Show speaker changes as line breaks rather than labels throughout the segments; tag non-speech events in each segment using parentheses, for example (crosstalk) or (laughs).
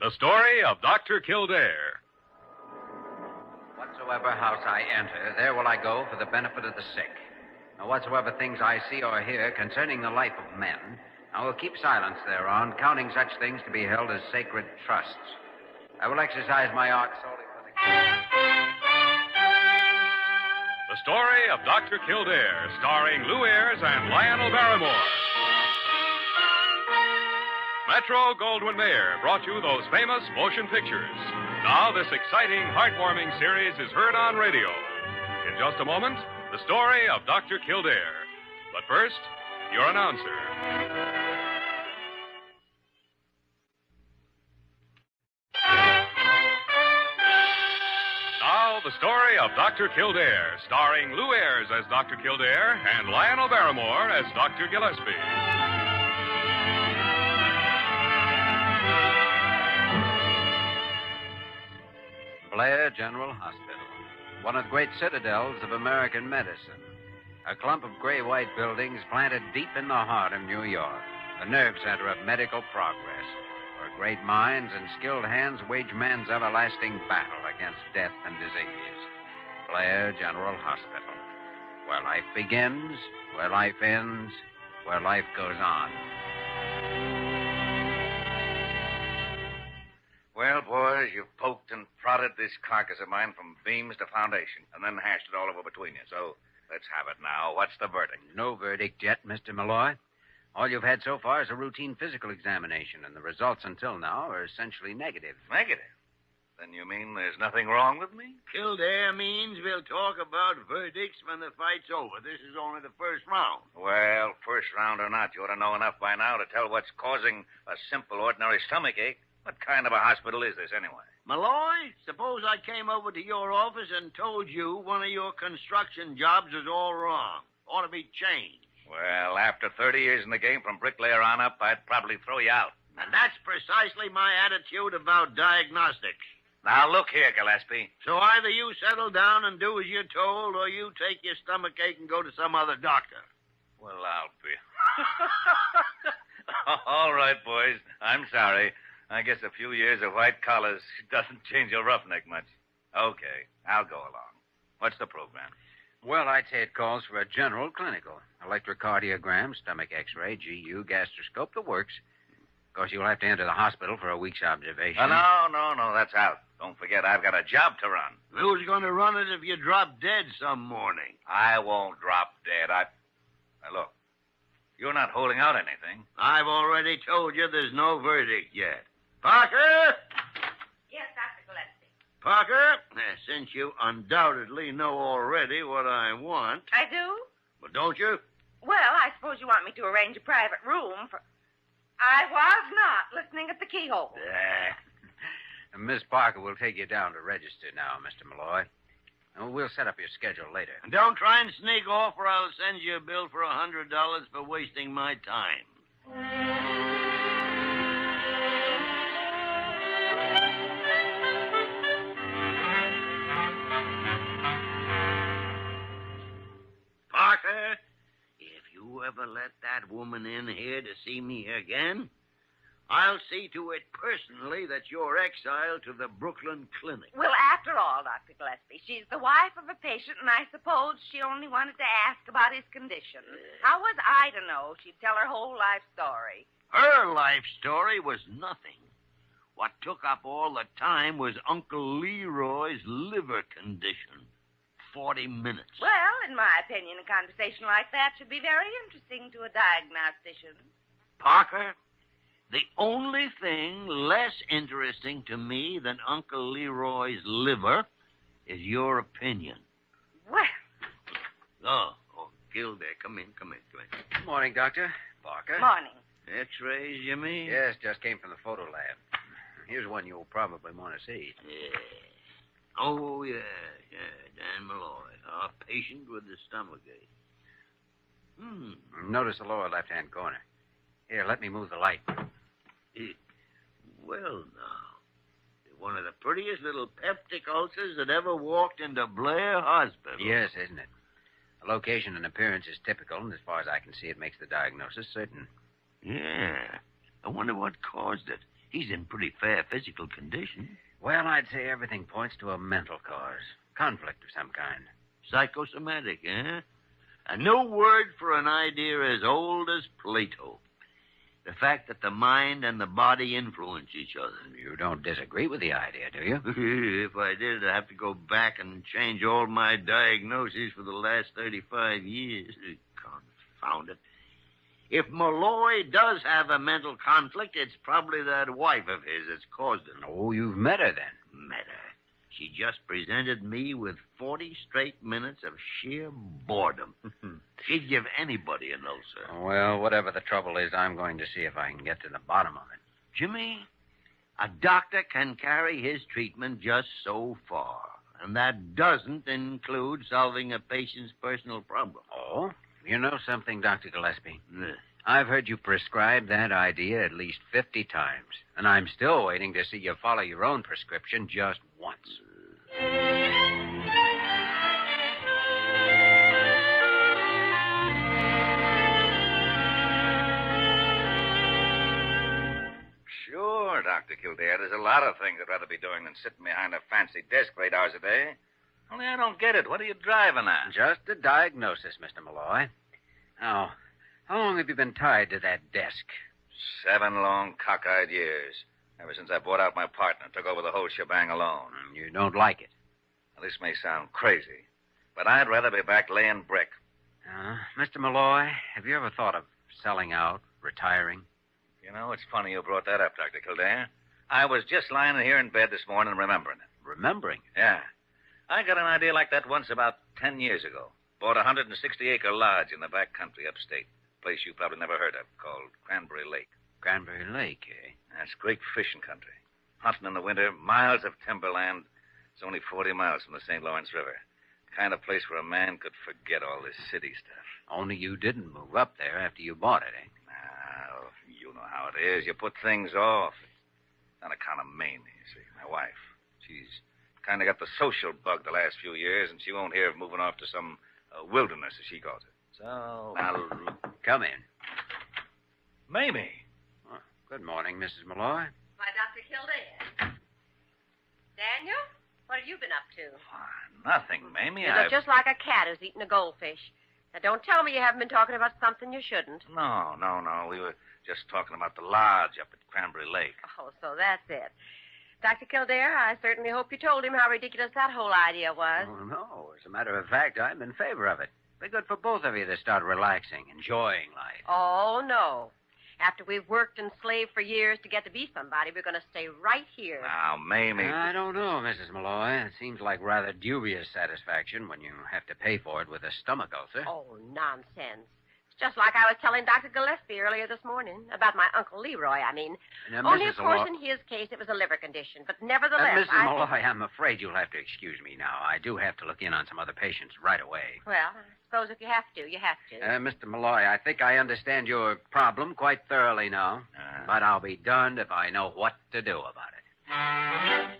The story of Dr. Kildare.
Whatsoever house I enter, there will I go for the benefit of the sick. Now, whatsoever things I see or hear concerning the life of men, I will keep silence thereon, counting such things to be held as sacred trusts. I will exercise my art solely for the.
The story of Dr. Kildare, starring Lou Ayres and Lionel Barrymore. Metro Goldwyn Mayer brought you those famous motion pictures. Now, this exciting, heartwarming series is heard on radio. In just a moment, the story of Dr. Kildare. But first, your announcer, Now, the story of Dr. Kildare, starring Lou Ayres as Dr. Kildare and Lionel Barrymore as Dr. Gillespie.
Blair General Hospital, one of the great citadels of American medicine. A clump of gray white buildings planted deep in the heart of New York, the nerve center of medical progress, where great minds and skilled hands wage man's everlasting battle against death and disease. Blair General Hospital, where life begins, where life ends, where life goes on.
Well, boys, you've poked and prodded this carcass of mine from beams to foundation, and then hashed it all over between you. So let's have it now. What's the verdict?
No verdict yet, Mr. Malloy. All you've had so far is a routine physical examination, and the results until now are essentially negative.
Negative. Then you mean there's nothing wrong with me?
Kildare means we'll talk about verdicts when the fight's over. This is only the first round.
Well, first round or not, you ought to know enough by now to tell what's causing a simple, ordinary stomach ache. What kind of a hospital is this, anyway?
Malloy, suppose I came over to your office and told you one of your construction jobs is all wrong. Ought to be changed.
Well, after 30 years in the game from bricklayer on up, I'd probably throw you out.
And that's precisely my attitude about diagnostics.
Now, look here, Gillespie.
So either you settle down and do as you're told, or you take your stomach ache and go to some other doctor.
Well, I'll be. (laughs) All right, boys. I'm sorry. I guess a few years of white collars doesn't change a roughneck much. Okay, I'll go along. What's the program?
Well, I'd say it calls for a general clinical electrocardiogram, stomach x ray, GU, gastroscope, the works. Of course, you'll have to enter the hospital for a week's observation.
Oh, no, no, no, that's out. Don't forget, I've got a job to run.
Who's going to run it if you drop dead some morning?
I won't drop dead. I. Now, look, you're not holding out anything.
I've already told you there's no verdict yet. Parker!
Yes, Dr. Gillespie.
Parker, eh, since you undoubtedly know already what I want,
I do?
but don't you?
Well, I suppose you want me to arrange a private room for. I was not listening at the keyhole.
(laughs)
Yeah.
Miss Parker will take you down to register now, Mr. Malloy. And we'll set up your schedule later.
And don't try and sneak off, or I'll send you a bill for a $100 for wasting my time. Parker, if you ever let that woman in here to see me again, I'll see to it personally that you're exiled to the Brooklyn Clinic.
Well, after all, Dr. Gillespie, she's the wife of a patient, and I suppose she only wanted to ask about his condition. How was I to know? She'd tell her whole life story.
Her life story was nothing. What took up all the time was Uncle Leroy's liver condition. Forty minutes.
Well, in my opinion, a conversation like that should be very interesting to a diagnostician.
Parker, the only thing less interesting to me than Uncle Leroy's liver is your opinion.
Well,
Oh, oh, Gilda, come in, come in, come in.
Good morning, Doctor. Parker.
morning.
X-rays, you mean?
Yes, just came from the photo lab. Here's one you'll probably want to see.
Yeah. Oh, yeah, yeah, Dan Malloy, our patient with the stomach ache. Hmm.
Notice the lower left hand corner. Here, let me move the light.
Well, now. One of the prettiest little peptic ulcers that ever walked into Blair Hospital.
Yes, isn't it? The location and appearance is typical, and as far as I can see, it makes the diagnosis certain.
Yeah. I wonder what caused it. He's in pretty fair physical condition.
Well, I'd say everything points to a mental cause. Conflict of some kind.
Psychosomatic, eh? A new word for an idea as old as Plato. The fact that the mind and the body influence each other.
You don't disagree with the idea, do you?
(laughs) if I did, I'd have to go back and change all my diagnoses for the last 35 years. Confound it. If Malloy does have a mental conflict, it's probably that wife of his that's caused it.
Oh, you've met her then.
Matter. She just presented me with 40 straight minutes of sheer boredom. She'd give anybody an ulcer.
(laughs) Well, whatever the trouble is, I'm going to see if I can get to the bottom of it.
Jimmy, a doctor can carry his treatment just so far, and that doesn't include solving a patient's personal problem.
Oh? You know something, Dr. Gillespie?
Ugh.
I've heard you prescribe that idea at least 50 times, and I'm still waiting to see you follow your own prescription just once.
Sure, Dr. Kildare. There's a lot of things I'd rather be doing than sitting behind a fancy desk for eight hours a day. Only I don't get it. What are you driving at?
Just a diagnosis, Mr. Malloy. Now, how long have you been tied to that desk?
Seven long cockeyed years. Ever since I bought out my partner, took over the whole shebang alone.
Mm, You don't like it.
Now, this may sound crazy, but I'd rather be back laying brick.
Uh, Mr. Malloy, have you ever thought of selling out, retiring?
You know, it's funny you brought that up, Dr. Kildare. I was just lying here in bed this morning remembering it.
Remembering?
Yeah. I got an idea like that once about ten years ago. Bought a 160 acre lodge in the back country upstate. Place you probably never heard of called Cranberry Lake.
Cranberry Lake, eh?
That's great fishing country. Hunting in the winter, miles of timberland. It's only 40 miles from the St. Lawrence River. Kind of place where a man could forget all this city stuff.
Only you didn't move up there after you bought it, eh?
Now, Ah, you know how it is. You put things off. It's on account of Mamie, you see, my wife. She's kind of got the social bug the last few years, and she won't hear of moving off to some uh, wilderness, as she calls it. So, now,
Come in.
Mamie.
Good morning, Mrs. Malloy.
Why, Dr. Kildare. Daniel, what have you been up to?
Why, nothing,
You
Mamie. I...
look just like a cat who's eating a goldfish. Now, don't tell me you haven't been talking about something you shouldn't.
No, no, no. We were just talking about the lodge up at Cranberry Lake.
Oh, so that's it. Dr. Kildare, I certainly hope you told him how ridiculous that whole idea was.
Oh, no. As a matter of fact, I'm in favor of it. Be good for both of you to start relaxing, enjoying life.
Oh, no. After we've worked and slaved for years to get to be somebody, we're going to stay right here.
Now, Mamie.
I don't know, Mrs. Malloy. It seems like rather dubious satisfaction when you have to pay for it with a stomach ulcer.
Oh, nonsense. It's just like I was telling Dr. Gillespie earlier this morning about my Uncle Leroy, I mean.
Now,
Only, of
Mrs.
course,
Malloy-
in his case, it was a liver condition. But
Uh,
nevertheless,
Mrs.
I...
Malloy, I'm afraid you'll have to excuse me now. I do have to look in on some other patients right away.
Well, I suppose if you have to, you have to.
Uh, Mr. Malloy, I think I understand your problem quite thoroughly now,
Ah.
but I'll be darned if I know what to do about it.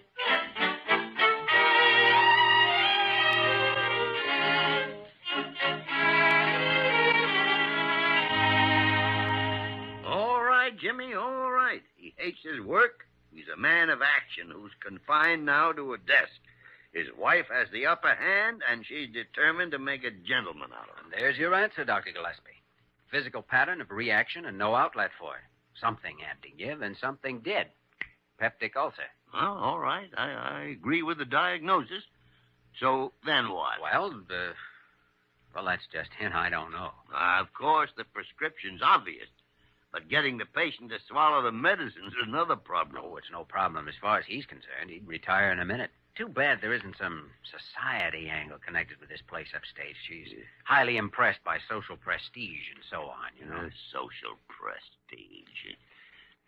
All right, Jimmy, all right. He hates his work. He's a man of action who's confined now to a desk. His wife has the upper hand, and she's determined to make a gentleman out of him.
And there's your answer, Dr. Gillespie. Physical pattern of reaction and no outlet for it. Something had to give, and something did. Peptic ulcer.
Well, all right. I, I agree with the diagnosis. So then what?
Well, uh, well, that's just hint. I don't know.
Uh, of course, the prescription's obvious, but getting the patient to swallow the medicine's another problem. Oh,
No, it's no problem as far as he's concerned. He'd retire in a minute. Too bad there isn't some society angle connected with this place upstate. She's highly impressed by social prestige and so on, you know.
Uh, social prestige.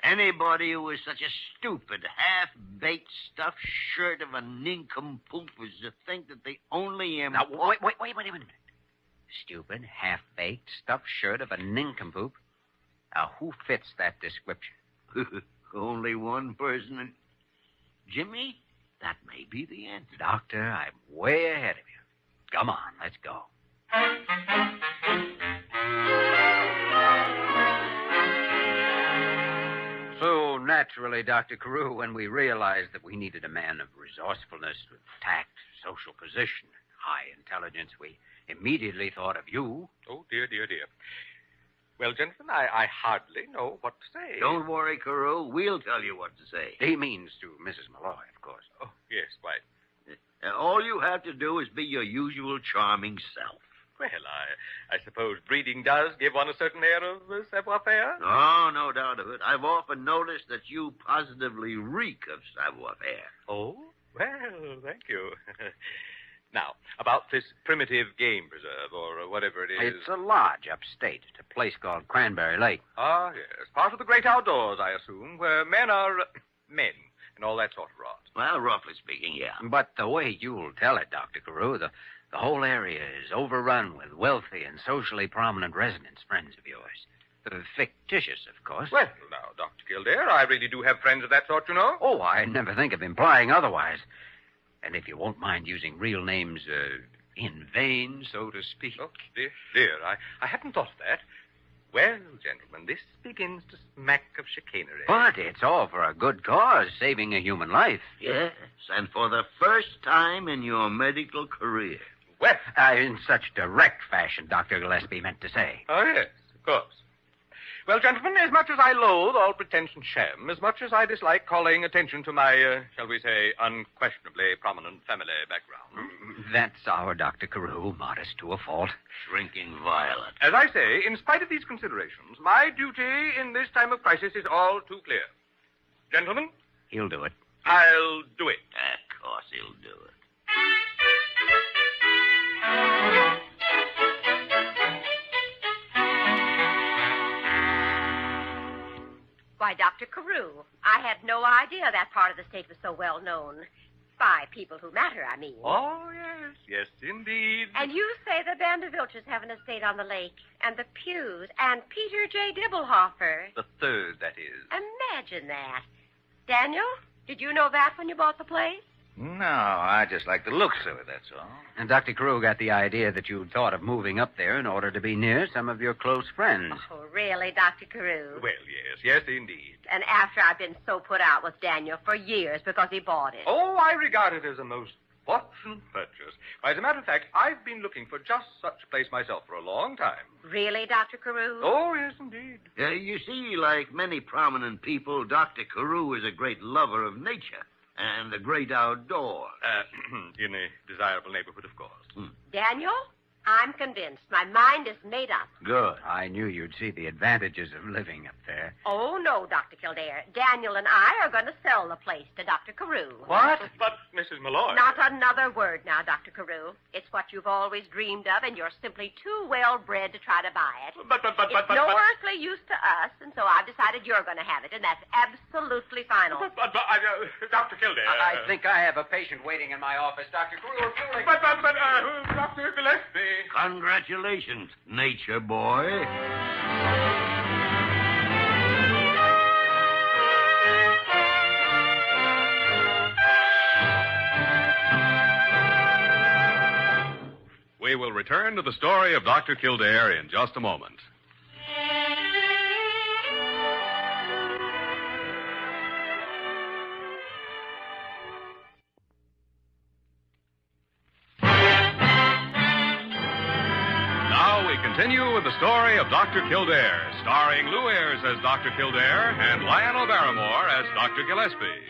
Anybody who is such a stupid, half-baked, stuffed shirt of a nincompoop is to think that the only im-
Now, wait, wait, wait, wait a minute. Stupid, half baked, stuffed shirt of a nincompoop. Now, who fits that description?
(laughs) only one person. In- Jimmy, that may be the answer.
Doctor, I'm way ahead of you. Come on, let's go. Soon come naturally, Dr. Carew, when we realized that we needed a man of resourcefulness, with tact, social position, and high intelligence. We immediately thought of you.
Oh, dear, dear, dear. Well, gentlemen, I, I hardly know what to say.
Don't worry, Carew. We'll tell you what to say.
He means to Mrs. Malloy, of course.
Oh, yes, why.
Uh, All you have to do is be your usual charming self.
Well, I, I suppose breeding does give one a certain air of uh, savoir faire.
Oh, no doubt of it. I've often noticed that you positively reek of savoir faire.
Oh? Well, thank you. (laughs) now, about this primitive game preserve, or uh, whatever it is.
It's a lodge upstate. It's a place called Cranberry Lake.
Ah, yes. Part of the great outdoors, I assume, where men are uh, men and all that sort of rot.
Well, roughly speaking, yeah.
But the way you'll tell it, Dr. Carew, the, the whole area is overrun with wealthy and socially prominent residents, friends of yours. Uh, fictitious, of course.
Well, now, Dr. Kildare, I really do have friends of that sort, you know.
Oh, I never think of implying otherwise. And if you won't mind using real names uh, in vain, so to speak.
Oh, dear, dear, I, I hadn't thought of that. Well, gentlemen, this begins to smack of chicanery.
But it's all for a good cause, saving a human life.
Yes, and for the first time in your medical career.
Well,
Uh, in such direct fashion, Dr. Gillespie meant to say.
Oh, yes, of course. Well, gentlemen, as much as I loathe all pretense and sham, as much as I dislike calling attention to my, uh, shall we say, unquestionably prominent family background,
That's our Dr. Carew, modest to a fault.
Shrinking violet.
as I say, in spite of these considerations, my duty in this time of crisis is all too clear. Gentlemen,
He'll do it.
I'll do it.
Of course he'll do it.
Why, Dr. Carew, I had no idea that part of the state was so well known. By people who matter, I mean.
Oh, yes, yes, indeed.
And you say the Vandervilters have an estate on the lake, and the Pews, and Peter J. Dibblehoffer.
The third, that is.
Imagine that. Daniel, did you know that when you bought the place?
No, I just like the looks of it, that's all.
And Dr. Carew got the idea that you thought of moving up there in order to be near some of your close friends.
Uh-huh.
Oh, really, Dr. Carew?
Well, yes, yes, indeed.
And after I've been so put out with Daniel for years because he bought it.
Oh, I regard it as a most fortunate purchase. Why, as a matter of fact, I've been looking for just such a place myself for a long time.
Really, Dr. Carew?
Oh, yes, indeed.
Uh, you see, like many prominent people, Dr. Carew is a great lover of nature and the great outdoors.
Uh, (clears throat) in a desirable neighborhood, of course.
Daniel, I'm convinced. My mind is made up.
Good.
I knew you'd see the advantages of living up there.
Oh, no, Dr. Kildare. Daniel and I are going to sell the place to Dr. Carew.
What? But, Mrs. Malloy.
Not another word now, Dr. Carew. It's what you've always dreamed of, and you're simply too well bred to try to buy it.
But, but, but, but,
it's
but,
no
but,
earthly use to us, and so I've decided you're going to have it, and that's absolutely final.
but, but, but, I- uh, Dr. Kildare.
I I think I have a patient waiting in my office, Dr. Carew.
But, but, but, uh, Dr. Gillespie.
Congratulations, nature boy.
We will return to the story of Dr. Kildare in just a moment. Now we continue with the story of Dr. Kildare, starring Lou Ayres as Dr. Kildare and Lionel Barrymore as Dr. Gillespie.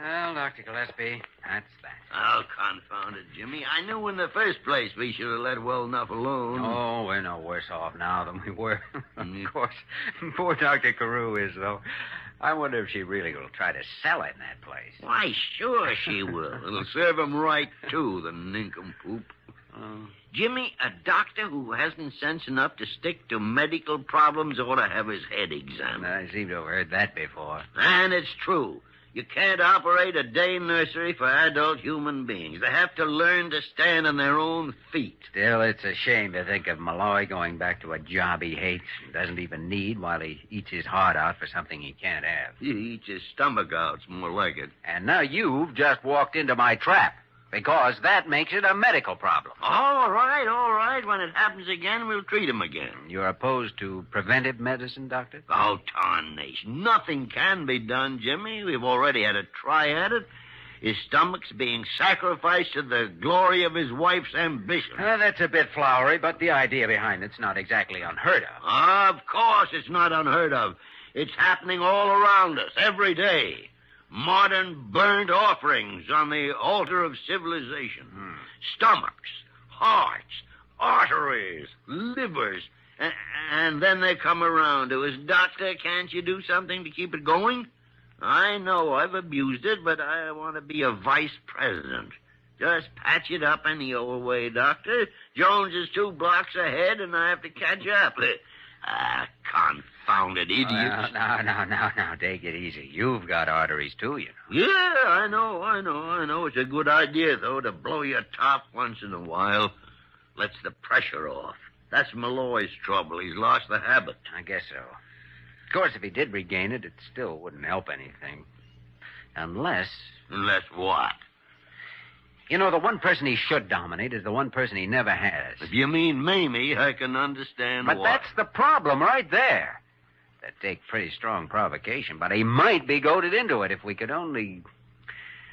Well, Dr. Gillespie, that's that.
Oh, confound it, Jimmy. I knew in the first place we should have let well enough alone.
Oh, we're no worse off now than we were. (laughs)
Mm.
of course. Poor Dr. Carew is, though. I wonder if she really will try to sell it in that place.
Why, sure she will. It'll serve him right, too, the nincompoop.
Oh.
Jimmy, a doctor who hasn't sense enough to stick to medical problems ought to have his head examined.
I seem to have heard that before.
And it's true. You can't operate a day nursery for adult human beings. They have to learn to stand on their own feet.
Still, it's a shame to think of Malloy going back to a job he hates and doesn't even need while he eats his heart out for something he can't have.
He eats his stomach out, it's more like it.
And now you've just walked into my trap. Because that makes it a medical problem.
All right, all right. When it happens again, we'll treat him again.
You're opposed to preventive medicine, Doctor?
Oh, tarnation. Nothing can be done, Jimmy. We've already had a try at it. His stomach's being sacrificed to the glory of his wife's ambition.
Uh, that's a bit flowery, but the idea behind it's not exactly unheard of.
Ah, Of course, it's not unheard of. It's happening all around us, every day. Modern burnt offerings on the altar of civilization.
Hmm.
Stomachs, hearts, arteries, livers. And, and then they come around to us. Doctor, can't you do something to keep it going? I know I've abused it, but I want to be a vice president. Just patch it up any old way, Doctor. Jones is two blocks ahead, and I have to catch up. (laughs) Ah, confounded idiots.
Well, no, no, no, no. Take it easy. You've got arteries, too, you know.
Yeah, I know, I know, I know. It's a good idea, though, to blow your top once in a while. Lets the pressure off. That's Malloy's trouble. He's lost the habit.
I guess so. Of course, if he did regain it, it still wouldn't help anything. Unless.
Unless what?
You know, the one person he should dominate is the one person he never has.
If you mean Mamie, I can understand
But
why.
that's the problem right there. That'd take pretty strong provocation, but he might be goaded into it if we could only.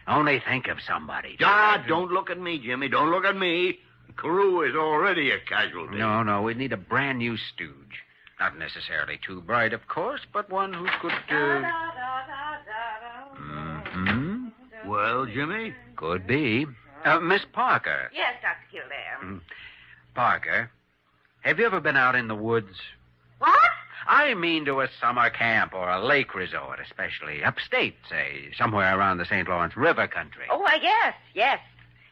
only think of somebody.
God, don't look at me, Jimmy. Don't look at me. Carew is already a casualty.
No, no, we'd need a brand new stooge. Not necessarily too bright, of course, but one who could. Uh... hmm
Well, Jimmy,
Could be. Uh, Miss Parker.
Yes, Dr. Kildare.
Mm. Parker, have you ever been out in the woods?
What?
I mean to a summer camp or a lake resort, especially upstate, say, somewhere around the St. Lawrence River country.
Oh, I yes, yes.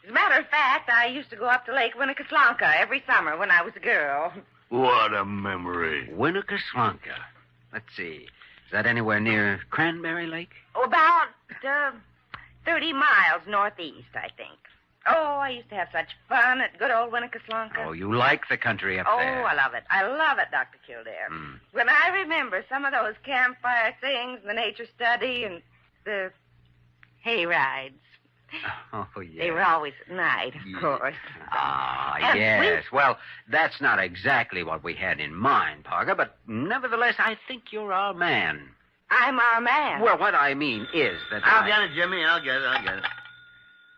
As a matter of fact, I used to go up to Lake Winnetaslanca every summer when I was a girl.
what a memory.
Winnetaslanca. Let's see. Is that anywhere near Cranberry Lake?
Oh, about uh, 30 miles northeast, I think. Oh, I used to have such fun at good old Winnetaslanca.
Oh, you like the country up
Oh,
there.
I love it. I love it, Dr. Kildare.
Hmm.
When I remember some of those campfire things, the nature study, and the hay rides,
(laughs) Oh, yes.
they were always at night, of
Yeah.
course.
Ah,
(laughs) And we-
yes. Well, that's not exactly what we had in mind, Parker, but nevertheless, I think you're our man.
I'm our man.
Well, what I mean is that
I'll
I-
get it, Jimmy. I'll get it. I'll get it.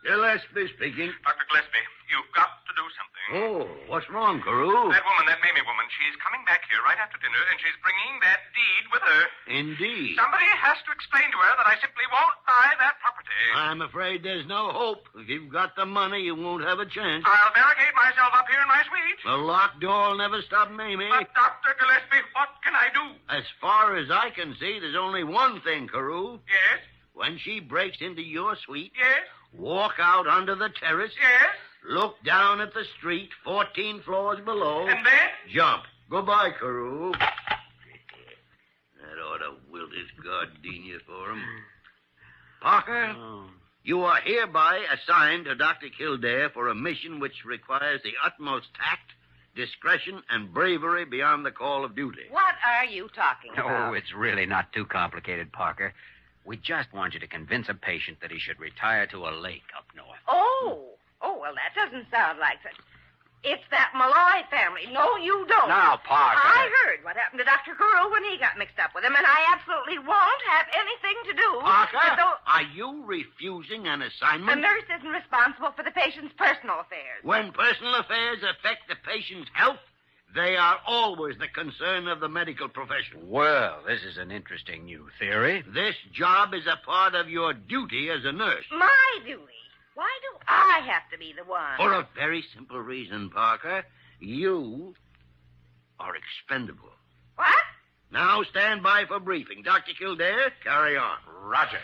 Gillespie speaking.
Dr. Gillespie, you've got to do something.
Oh, what's wrong, Carew?
That woman, that Mamie woman, she's coming back here right after dinner, and she's bringing that deed with her.
Indeed.
Somebody has to explain to her that I simply won't buy that property.
I'm afraid there's no hope. If you've got the money, you won't have a chance.
I'll barricade myself up here in my suite.
The locked door'll never stop Mamie.
But, Dr. Gillespie, what can I do?
As far as I can see, there's only one thing, Carew.
Yes,
When she breaks into your suite,
yes,
walk out onto the terrace,
yes.
look down at the street, 14 floors below,
And then?
jump. Goodbye, Carew. That ought to wilt his gardenia for him. Parker,
Oh.
You are hereby assigned to Dr. Kildare for a mission which requires the utmost tact, discretion, and bravery beyond the call of duty.
What are you talking
No,
about?
Oh, it's really not too complicated, Parker. We just want you to convince a patient that he should retire to a lake up north.
Oh, oh, well, that doesn't sound like such. It's that Malloy family. No, you don't.
Oh,
Now, Parker.
I heard what happened to Dr. Carew when he got mixed up with him, and I absolutely won't have anything to do with
Parker,
those.
are you refusing an
The
assignment
nurse isn't responsible for the patient's personal affairs.
when personal affairs affect the patient's health? They are always the concern of the medical profession.
Well, this is an interesting new theory.
This job is a part of your duty as a nurse.
My duty. Why do I have to be the one?
For a very simple reason, Parker. You are expendable.
What?
Now stand by for briefing. Dr. Kildare, carry on.
Roger.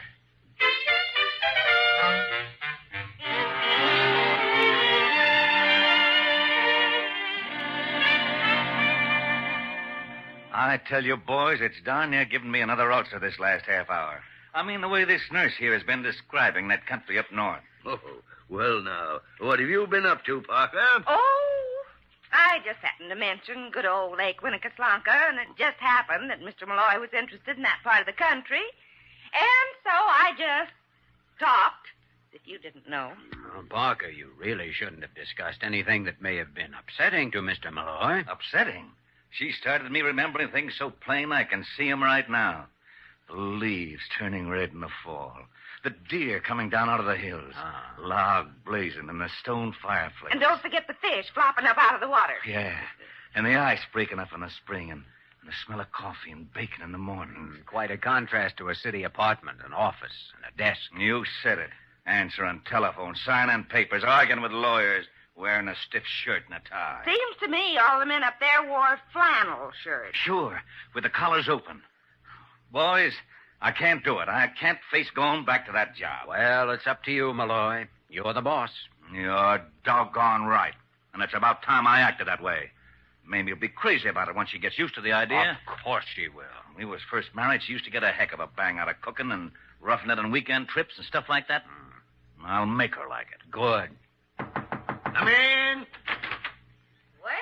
I tell you, boys, it's darn near giving me another ulcer this last half hour. I mean, the way this nurse here has been describing that country up north.
(laughs) Oh, well, now, what have you been up to, Parker?
Oh, I just happened to mention good old Lake Winnetaslanca, and it just happened that Mr. Malloy was interested in that part of the country. And so I just talked if you didn't know.
Now, Parker, you really shouldn't have discussed anything that may have been upsetting to Mr. Malloy.
Upsetting. She started me remembering things so plain I can see 'em right now. The leaves turning red in the fall. The deer coming down out of the hills.
Ah.
Log blazing in the stone fireplace.
And don't forget the fish flopping up out of the water.
Yeah. And the ice breaking up in the spring and, and the smell of coffee and bacon in the mornings.
hmm, Quite a contrast to a city apartment, an office, and a desk.
You said it. Answering telephones, signing papers, arguing with lawyers, wearing a stiff shirt and a tie.
Seems to me all the men up there wore flannel shirts.
Sure, with the collars open. Boys, I can't do it. I can't face going back to that job.
Well, it's up to you, Malloy. You're the boss.
You're doggone right. And it's about time I acted that way. Mamie will be crazy about it once she gets used to the idea.
Of course she will.
When we was first married, she used to get a heck of a bang out of cooking and roughing it on weekend trips and stuff like that. I'll make her like it.
Hmm. Good.
Come in.
Well,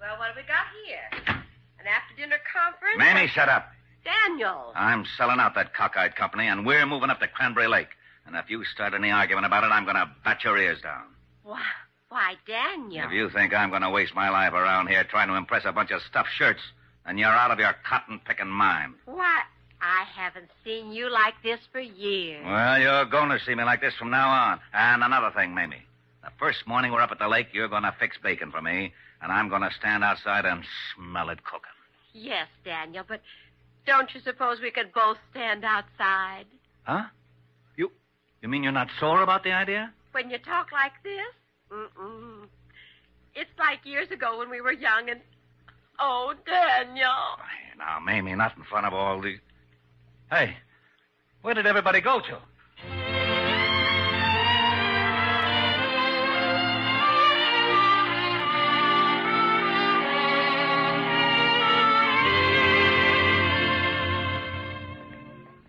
well, what have we got here? An after dinner conference?
Mamie, shut up.
Daniel.
I'm selling out that cockeyed company, and we're moving up to Cranberry Lake. And if you start any argument about it, I'm going to bat your ears down.
Why, why, Daniel?
If you think I'm going to waste my life around here trying to impress a bunch of stuffed shirts, then you're out of your cotton picking mind.
What? I haven't seen you like this for years.
Well, you're going to see me like this from now on. And another thing, Mamie. The first morning we're up at the lake, you're going to fix bacon for me, and I'm going to stand outside and smell it cooking.
Yes, Daniel, but don't you suppose we could both stand outside?
Huh? You, you mean you're not sore about the idea?
When you talk like this? Mm-mm. It's like years ago when we were young and. Oh, Daniel.
Hey, now, Mamie, not in front of all these. Hey, where did everybody go to?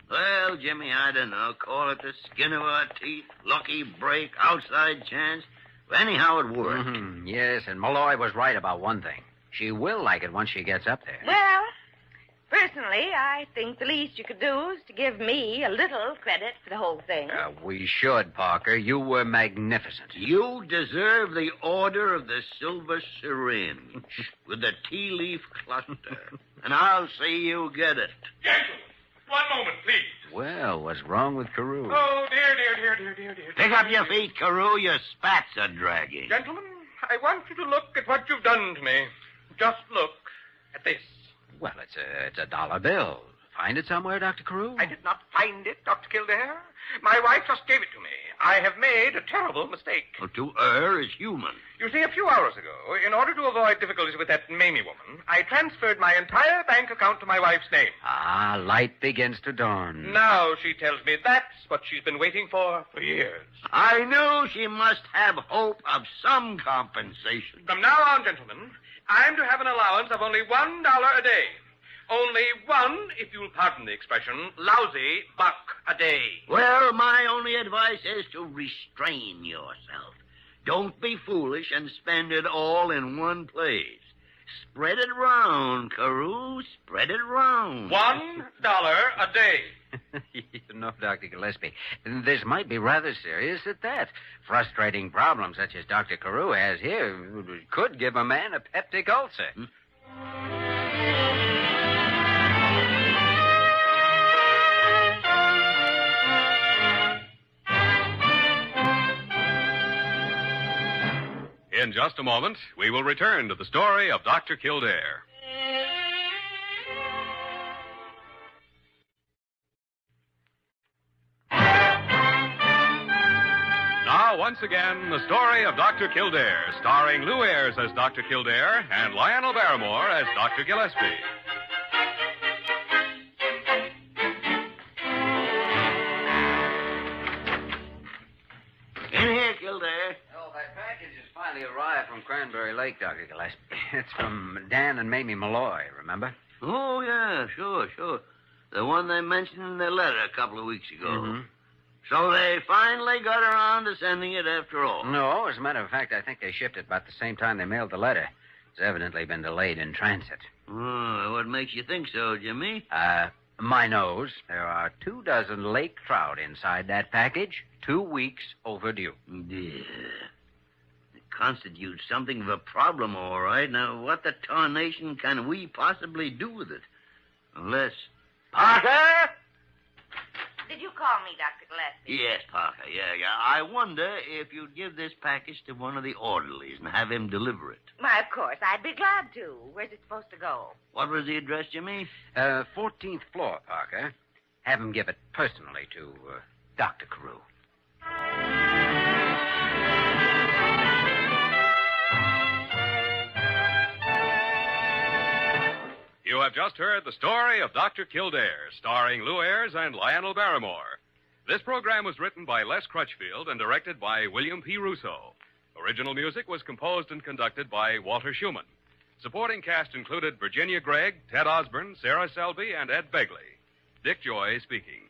Well, Jimmy, I don't know. Call it the skin of our teeth, lucky break, outside chance. Anyhow, it worked.
Mhm. Yes, and Malloy was right about one thing. She will like it once she gets up there.
Well, personally, I think the least you could do is to give me a little credit for the whole thing.
Uh, we should, Parker. You were magnificent.
You deserve the Order of the Silver Syringe with the tea leaf cluster. and I'll see you get it.
Gentlemen, one moment, please.
Well, what's wrong with Carew?
Oh, dear, dear, dear, dear, dear, dear.
Pick up your feet, Carew. Oh, Your spats are dragging.
Gentlemen, I want you to look at what you've done to me. Just look at this.
Well, it's a it's a dollar bill. Find it somewhere, Doctor Carew.
I did not find it, Dr. Kildare. My wife just gave it to me. I have made a terrible mistake.
Well, Oh, to err is human.
You see, a few hours ago, in order to avoid difficulties with that Mamie woman, I transferred my entire bank account to my wife's name.
Ah, light begins to dawn.
Now she tells me that's what she's been waiting for for years.
I knew she must have hope of some compensation.
From now on, gentlemen, I'm to have an allowance of only one dollar a day. Only one, if you'll pardon the expression, lousy buck a day.
Well, my only advice is to restrain yourself. Don't be foolish and spend it all in one place. Spread it round, Carew. Spread it round.
One dollar a day.
(laughs) you know, Dr. Gillespie, this might be rather serious at that. Frustrating problems such as Dr. Carew has here could give a man a peptic ulcer.
In just a moment, we will return to the story of Dr. Kildare. Now, once again, the story of Dr. Kildare, starring Lou Ayres as Dr. Kildare and Lionel Barrymore as Dr. Gillespie.
In here, Kildare.
Oh, that package has finally arrived from Cranberry Lake, Dr. Gillespie. (laughs) It's from Dan and Mamie Malloy, remember?
Oh, yeah, sure, sure. The one they mentioned in their letter a couple of weeks ago.
Mm-hmm.
So they finally got around to sending it after all. Mm-hmm.
No, as a matter of fact, I think they shipped it about the same time they mailed the letter. It's evidently been delayed in transit.
Oh, what makes you think so, Jimmy?
Uh, my nose, there are two dozen lake trout inside that package, two weeks overdue.
Dear. It constitutes something of a problem, all right. Now, what the tarnation can we possibly do with it? Unless. Parker?
Did you call me, Dr. Gillespie?
Yes, Parker, yeah, yeah. I wonder if you'd give this package to one of the orderlies and have him deliver it.
Why, of course. I'd be glad to. Where's it supposed to go?
What was the address, Jimmy?
Uh, 14th floor, Parker. Have him give it personally to uh, Dr. Carew.
You have just heard the story of Dr. Kildare, starring Lou Ayres and Lionel Barrymore. This program was written by Les Crutchfield and directed by William P. Russo. Original music was composed and conducted by Walter Schumann. Supporting cast included Virginia Gregg, Ted Osborne, Sarah Selby, and Ed Begley. Dick Joy speaking.